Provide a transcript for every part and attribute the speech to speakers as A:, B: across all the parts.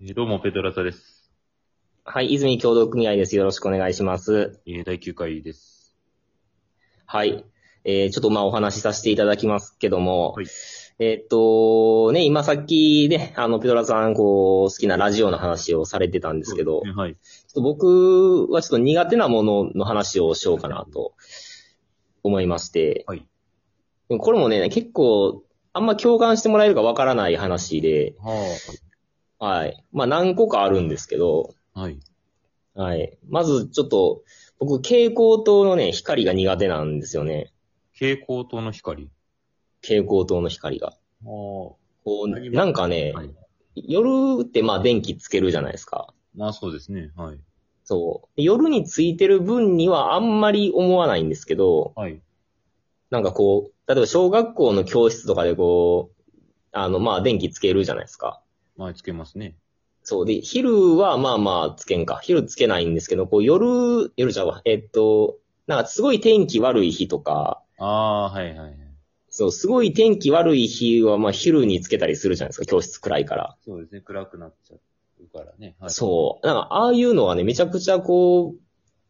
A: えーどうも、ペトラサです。
B: はい、泉協同組合です。よろしくお願いします。
A: えー第9回です。
B: はい。えー、ちょっとまあお話しさせていただきますけども、
A: はい
B: えーっと、ね、今さっきね、あの、ペトラさん、こう、好きなラジオの話をされてたんですけ
A: そ
B: ど、
A: う
B: ち
A: で
B: ょ
A: すねはい。
B: っと僕はちょっと苦手なものの話をしようかなと思いまして、
A: はい
B: でもこれもね、結構、あんま共感してもらえるかわからない話で、
A: は
B: はい。まあ何個かあるんですけど、
A: あ。はい。
B: はい。まず、ちょっと、僕、蛍光灯のね、光が苦手なんですよね。
A: 蛍光灯の光。
B: 蛍光灯の光が。
A: は
B: こう、
A: 何が
B: なんかね、
A: はい。
B: 夜ってまあ電気つけるじゃないですか。
A: まあそうですね。はい。
B: そう。夜についてる分にはあんまり思わないんですけど、
A: はい。
B: なんかこう、例えば小学校の教室とかでこう、あの、まあ電気つけるじゃないですか。
A: まあつけますね。
B: そう。で、昼はまあまあつけんか。昼つけないんですけど、こう夜、夜じゃうわ。えっと、なんかすごい天気悪い日とか、
A: ああ、はいはいはい。
B: そう、すごい天気悪い日は、まあ、昼につけたりするじゃないですか、教室暗いから。
A: そうですね。暗くなっちゃうからね。はい。
B: そう。なんか、ああいうのはね、めちゃくちゃこう、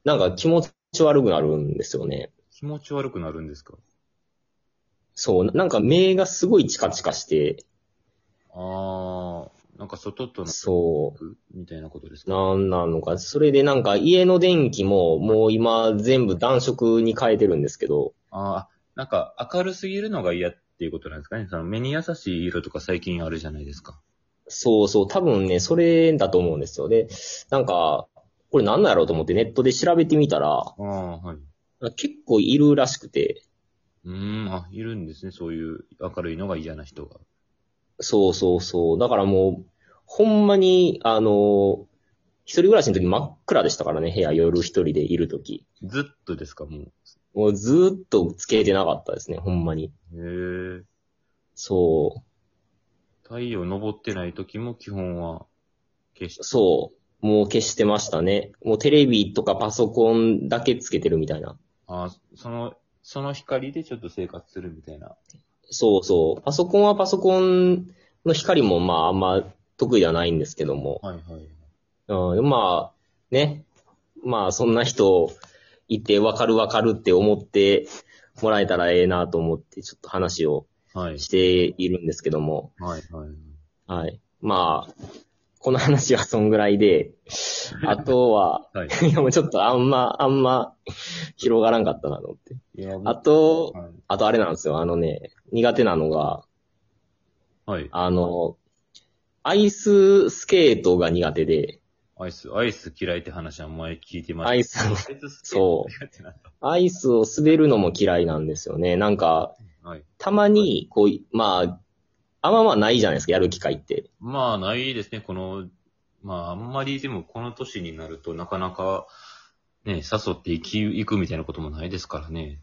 B: なんか気持ち悪くなるんですよね。
A: 気持ち悪くなるんですか
B: そう。なんか目がすごいチカチカして、
A: ああ、なんか外との
B: そ
A: みたいなことです
B: う。
A: か
B: なんなのか。それでなんか家の電気ももう今全部暖色に変えてるんですけど、
A: ああ、なんか明るすぎるのが嫌っていうことなんですかね。その目に優しい色とか最近あるじゃないですか。
B: そうそう、多分ね、それだと思うんですよ。で、なんか、これなんだろうと思ってネットで調べてみたら、
A: ああ、はい。
B: 結構いるらしくて、
A: うーん、あ、いるんですね。そういう明るいのが嫌な人が。
B: そうそうそう。だからもう、ほんまに、あの、一人暮らしの時真っ暗でしたからね、部屋夜一人でいる時。
A: ずっとですか、もう。
B: もうずーっとつけてなかったですね、ほんまに。
A: へえ。
B: そ
A: 太陽昇ってない時も基本は消し
B: う、そう。もう消してましたね。もうテレビとかパソコンだけつけてるみたいな。
A: あその、その光でちょっと生活するみたいな。
B: そうそう。パソコンはパソコンの光もまああんま得意ではないんですけども。
A: はいはい。
B: うん、まあ、ね。まあ、そんな人いて、わかるわかるって思ってもらえたらええなと思って、ちょっと話を
A: はい。
B: しているんですけども。
A: はいはい。
B: はい。まあ、この話はそんぐらいで、あとは、
A: はい。
B: いやもうちょっとあんま、あんま広がらんかったなと思って。
A: いや、
B: あと、
A: はい。
B: あとあれなんですよ。あのね、苦手なのが、
A: はい。
B: あの、アイススケートが苦手で、
A: アイス、アイス嫌いって話は前聞いてました。
B: アイス
A: アイス好き
B: そう
A: 嫌いってなった
B: アイスを滑るのも嫌いなんですよね。なんか、
A: はい。
B: たまに、こう、まあ、あんままあないじゃないですか、やる機会って。
A: まあ、ないですね。この、まあ、あんまりでもこの年になるとなかなか、ね、誘って行き、行くみたいなこともないですからね。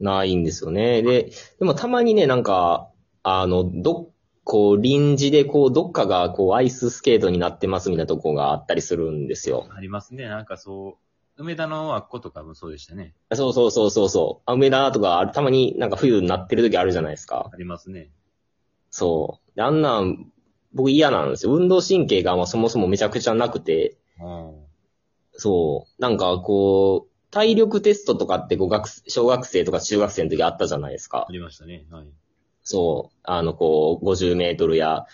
B: ないんですよね。で、でもたまにね、なんか、あの、ど、こう、臨時で、こう、どっかが、こう、アイススケートになってますみたいなとこがあったりするんですよ。
A: ありますね。なんかそう、梅田のあっことかもそうでしたね。
B: そうそうそうそうそう。あ、梅田とか、あたまになんか冬になってる時あるじゃないですか。
A: ありますね。
B: そう。であんなん、僕嫌なんですよ。運動神経が、まあ、そもそもめちゃくちゃなくて、
A: うん。
B: そう。なんか、こう、体力テストとかって、こう、学、小学生とか中学生の時あったじゃないですか
A: あ。りましたね。はい。
B: そう。あの、こう、50メートルや、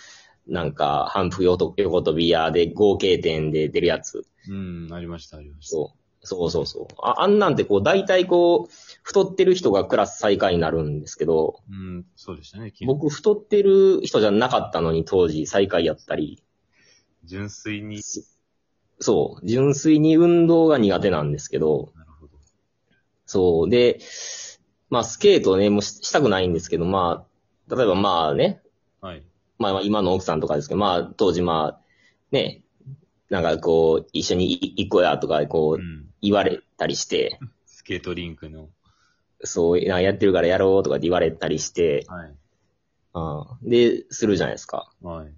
B: なんか、反復横と横跳びやで合計点で出るやつ。
A: うん、ありました、ありました。
B: そう。そうそうそう。ああんなんてこう、大体こう、太ってる人がクラス最下位になるんですけど、
A: うん、そうでしたね。き
B: 僕太ってる人じゃなかったのに当時最下位やったり、
A: 純粋に。
B: そう。純粋に運動が苦手なんですけど、
A: なるほど。
B: そう。で、まあ、スケートね、もうししたくないんですけど、まあ、例えばまあね、
A: はい。
B: まあまあ今の奥さんとかですけど、まあ当時まあ、ね、なんかこう、一緒に行こうやとかこ
A: う。
B: うん言われたりして、
A: スケートリンクの。
B: そう、なんかやってるからやろうとかって言われたりして、
A: はい。
B: うん、で、するじゃないですか。
A: はい。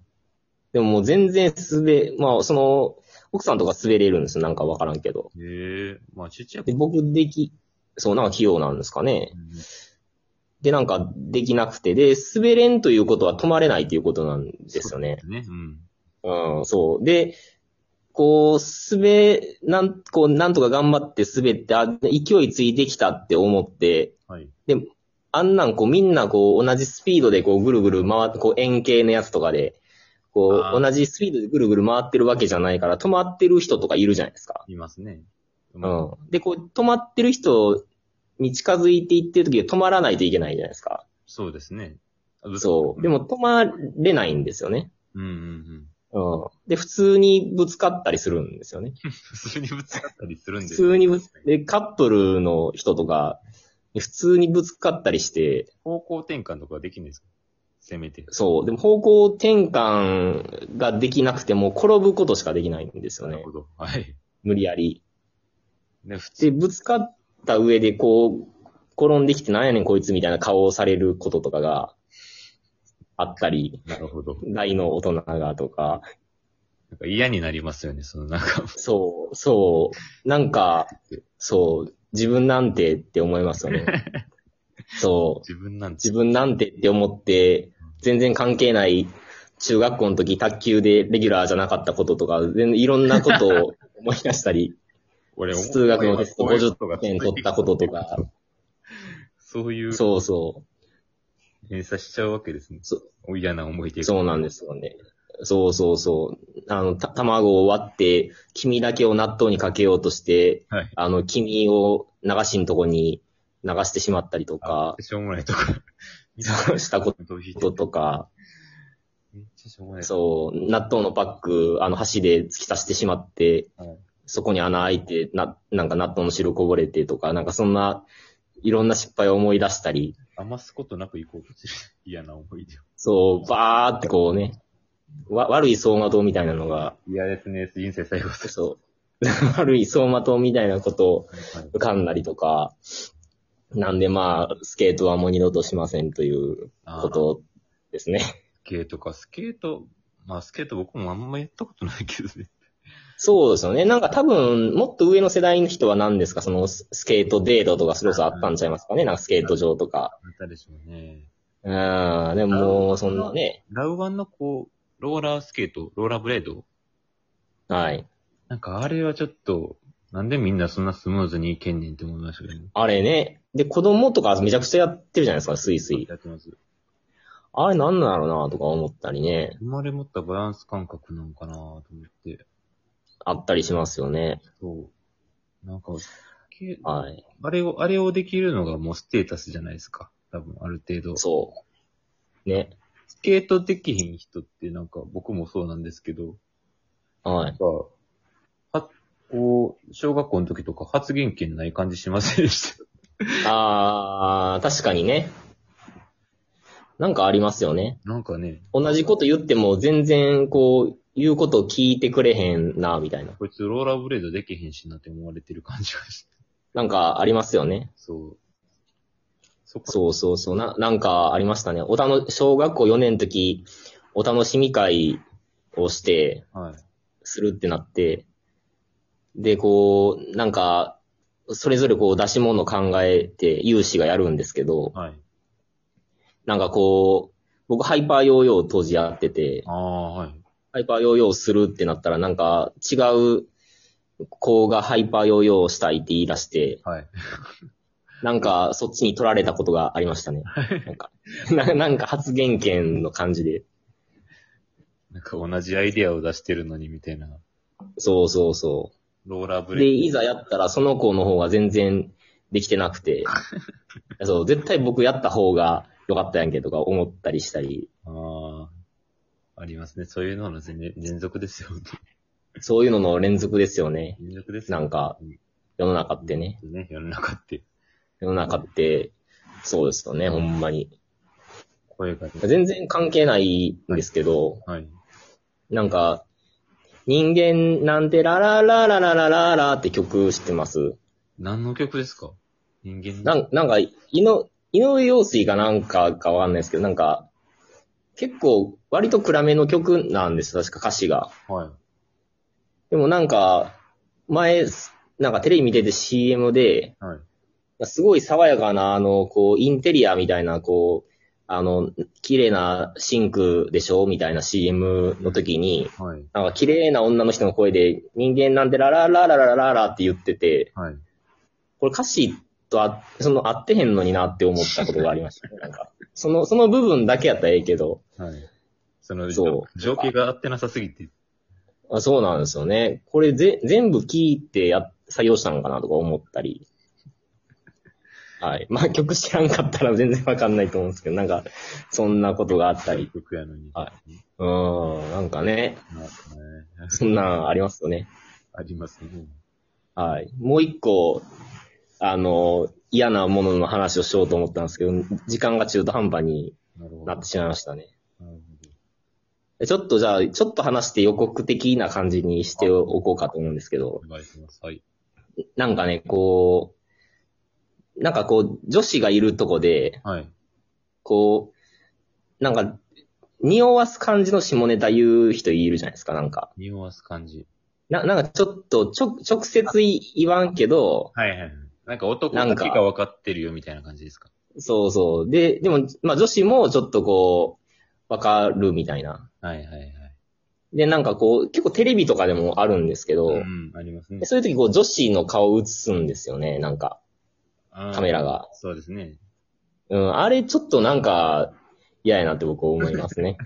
B: でももう全然滑、まあその、奥さんとか滑れるんですよ。なんかわからんけど。
A: へえまあ、ちっちゃい
B: で、
A: 子。
B: 僕でき、そう、なんか器用なんですかね。で、なんかできなくて、で、滑れんということは止まれないということなんですよね。
A: ね。うん。
B: うん、そう。で、こう、滑、なん、こう、なんとか頑張って滑って、あ、勢いついてきたって思って、
A: はい。
B: あんなんこうみんなこう同じスピードでこうぐるぐる回って、こう円形のやつとかで、こ
A: あー
B: う同じスピードでぐるぐる回ってるわけじゃないから、止まってる人とかいるじゃないですか。
A: いますね。
B: う。ん。で、こう止まってる人に近づいていってる時は止まらないといけないじゃないですか。
A: そうですね。
B: そう。で
A: も。
B: も止まれないんですよね。
A: うんうんうん。
B: うん。で、普通にぶつかったりするんですよね。
A: 普通にぶつかったりするん
B: 普
A: で。
B: 通にぶつ、で、カップルの人とか、普通にぶつかったりして、
A: 方向転換とかできないですかせめて。
B: そう。でも方向転換ができなくても、転ぶことしかできないんですよ
A: なる
B: ね
A: ほ。ど。はい。
B: 無理やり。
A: ね、普通
B: で、ぶつかった上で、こう、転んできてなんやねんこいつみたいな顔をされることとかがあったり、
A: なるほど。
B: 大の大人がとか、
A: なんか嫌になりますよね、そのなんか。
B: そう、そう、なんか、そう、自分なんてって思います よね。そう。
A: 自分なんて。
B: 自分なんてって思って、全然関係ない中学校の時卓球でレギュラーじゃなかったこととか、全然いろんなことを思い出したり、
A: 俺
B: 数学のテスト
A: 俺こういう
B: 50点取ったこととか、
A: そういう
B: そうそ
A: 連鎖しちゃうわけですね。
B: そ
A: 嫌な思い出が。
B: う、そうなんですよね。そうそうそう。あの、た卵を割って、黄身だけを納豆にかけようとして、
A: はい
B: あの、黄身を流しんとこに流してしまったりとか、
A: しょうもないとか。
B: そうしたこ
A: と。めっ
B: こととか、
A: ちゃしょうもない。
B: そう、納豆のパック、あの、箸で突き刺してしまって、
A: はい
B: そこに穴開いて、な、なんか納豆の汁こぼれてとか、なんかそんな、いろんな失敗を思い出したり、
A: 余すことなく行こうとする。嫌な思い出を。
B: そう、バーってこうね、わ、悪い走馬灯みたいなのが、
A: 嫌ですね、人生最後です。
B: そう、 悪い走馬灯みたいなことを
A: はい
B: 浮かんだりとか、なんでまあ、スケートはもう二度としませんという
A: あー
B: ことですね。
A: スケートか、スケート、まあスケート僕もあんまやったことないけどね。
B: そうですよね。なんか多分、もっと上の世代の人は何ですかそのススケートデートとかそれこそあったんちゃいますかねなんかスケート場とか。
A: あったでしょうね。
B: うん。でももう、そんなね。
A: ラウワンのこう、ローラースケート、ローラーブレード
B: はい。
A: なんかあれはちょっと、なんでみんなそんなスムーズにいけんねんって思いましたけどね。
B: あれね。で、子供とかめちゃくちゃやってるじゃないですか、スイスイ。
A: やってます。
B: あれなんなんだろうなとか思ったりね。
A: 生まれ持ったバランス感覚なのかなと思って。
B: あったりしますよね。
A: そう。なんか、け
B: はい。
A: あれを、あれをできるのがもうステータスじゃないですか。多分、ある程度。
B: そう。ね。
A: スケートできひん人ってなんか、僕もそうなんですけど、
B: はい。
A: なんか、は、こう、小学校の時とか発言権ない感じしませんでした。
B: あー、確かにね。なんかありますよね。
A: なんかね、
B: 同じこと言っても全然こう、言うことを聞いてくれへんな、みたいな。
A: こいつローラーブレードできへんしなって思われてる感じがして。
B: なんかありますよね。
A: そう。そっか。
B: そうそうそう。な、なんかありましたね。おたの、小学校4年の時、お楽しみ会をして、
A: はい。
B: するってなって、で、こう、なんか、それぞれこう出し物を考えて、有志がやるんですけど、
A: はい。
B: なんかこう、僕ハイパーヨーヨーを当時やってて、
A: ああ、はい。
B: ハイパーヨーヨーするってなったら、なんか違う子がハイパーヨーヨーしたいって言い出して、
A: はい。
B: なんかそっちに取られたことがありましたね。なんか、 ななんか発言権の感じで。
A: なんか同じアイデアを出してるのにみたいな。
B: そうそうそ
A: ローラーブ
B: う。
A: レ
B: で、
A: ー
B: いざやったらその子の方が全然できてなく て、そう、絶対僕やった方が良かったやんけとか思ったりしたり、
A: ド。ああ、ありますね。そういうのの全連続ですよ。
B: そういうのの連続ですよね。
A: 連続ですよ。
B: なんか、世の中ってね。
A: ね、世の中って。
B: 世の中って、そうですよね、ほんまに。
A: 声が出て
B: 全然関係ないんですけど、
A: はい。
B: なんか、人間なんてララララララララって曲知ってます
A: 何の曲ですか人間
B: な
A: の。
B: んなんか、井の井上陽水かなんかかわかんないですけど、なんか、結構割と暗めの曲なんですよ、確か歌詞が。
A: はい。
B: でもなんか、前、なんかテレビ見てて CM で、
A: はい。
B: すごい爽やかな、あの、こう、インテリアみたいな、こう、あの、綺麗なシンクでしょみたいな CM の時に、
A: はい。
B: なんか綺麗な女の人の声で、人間なんてララララララララって言ってて、
A: はい。
B: これ歌詞とあ、その合ってへんのになって思ったことがありました、ね。なんか、その、その部分だけやったらええけど、
A: はい。その、
B: そ
A: 情景が合ってなさすぎて。
B: あそうなんですよね。これぜ、全部聞いてや、作業したのかなとか思ったり。はい。まあ曲知らんかったら 全然わかんないと思うんですけど、なんか、そんなことがあったり。
A: 曲やのに。。
B: はいうーん、なんかね、
A: ね、
B: そんなんありますよね。
A: ありますね。
B: はい。もう一個、あの、嫌なものの話をしようと思ったんですけど、時間が中途半端に
A: なるほど。
B: なってしまいましたね。
A: なる
B: ちょっとじゃあ、ちょっと話して予告的な感じにしておこうかと思うんですけど
A: ほ、どお願いします。はい。
B: なんかね、こう、なんかこう、女子がいるとこで、
A: はい。
B: こう、なんか、匂わす感じの下ネタ言う人いるじゃないですか、なんか。
A: 匂わす感じ。
B: な、なんかちょっと、ちょ、直接い言わんけど、
A: はいはいはい。なんか男
B: な
A: だ
B: んか
A: けが分かってるよみたいな感じですか。
B: そうそう。で、でも、まあ女子もちょっとこう、わかるみたいな。
A: はいはいはい。
B: で、なんかこう、結構テレビとかでもあるんですけど、
A: うん、ありますね。
B: そういう時こう女子の顔を映すんですよね、なんか、
A: カ
B: カメラ。が。
A: そうですね。
B: うん、あれちょっとなんか嫌やなって僕は思います ね。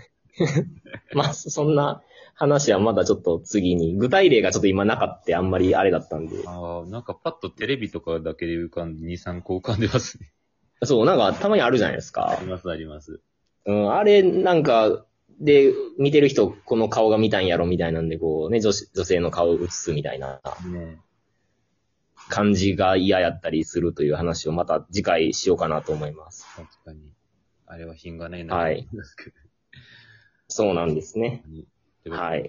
B: まあ、そんな話はまだちょっと次に、具体例がちょっと今なかったあんまりあれだったんで。
A: ああ、なんかパッとテレビとかだけで浮かんで、2、3個浮かんでますね。
B: そう、なんかたまにあるじゃないです
A: あ
B: か
A: り。ますあります。
B: うん、あれなんか、で、見てる人、この顔が見たんやろみたいなんで、こうね、女子女性の顔を映すみたいな
A: ね
B: 感じが嫌やったりするという話をまた次回しようかなと思います。
A: 確かに。あれは品がないな。
B: はい。そうなんですね。
A: い。
B: はい。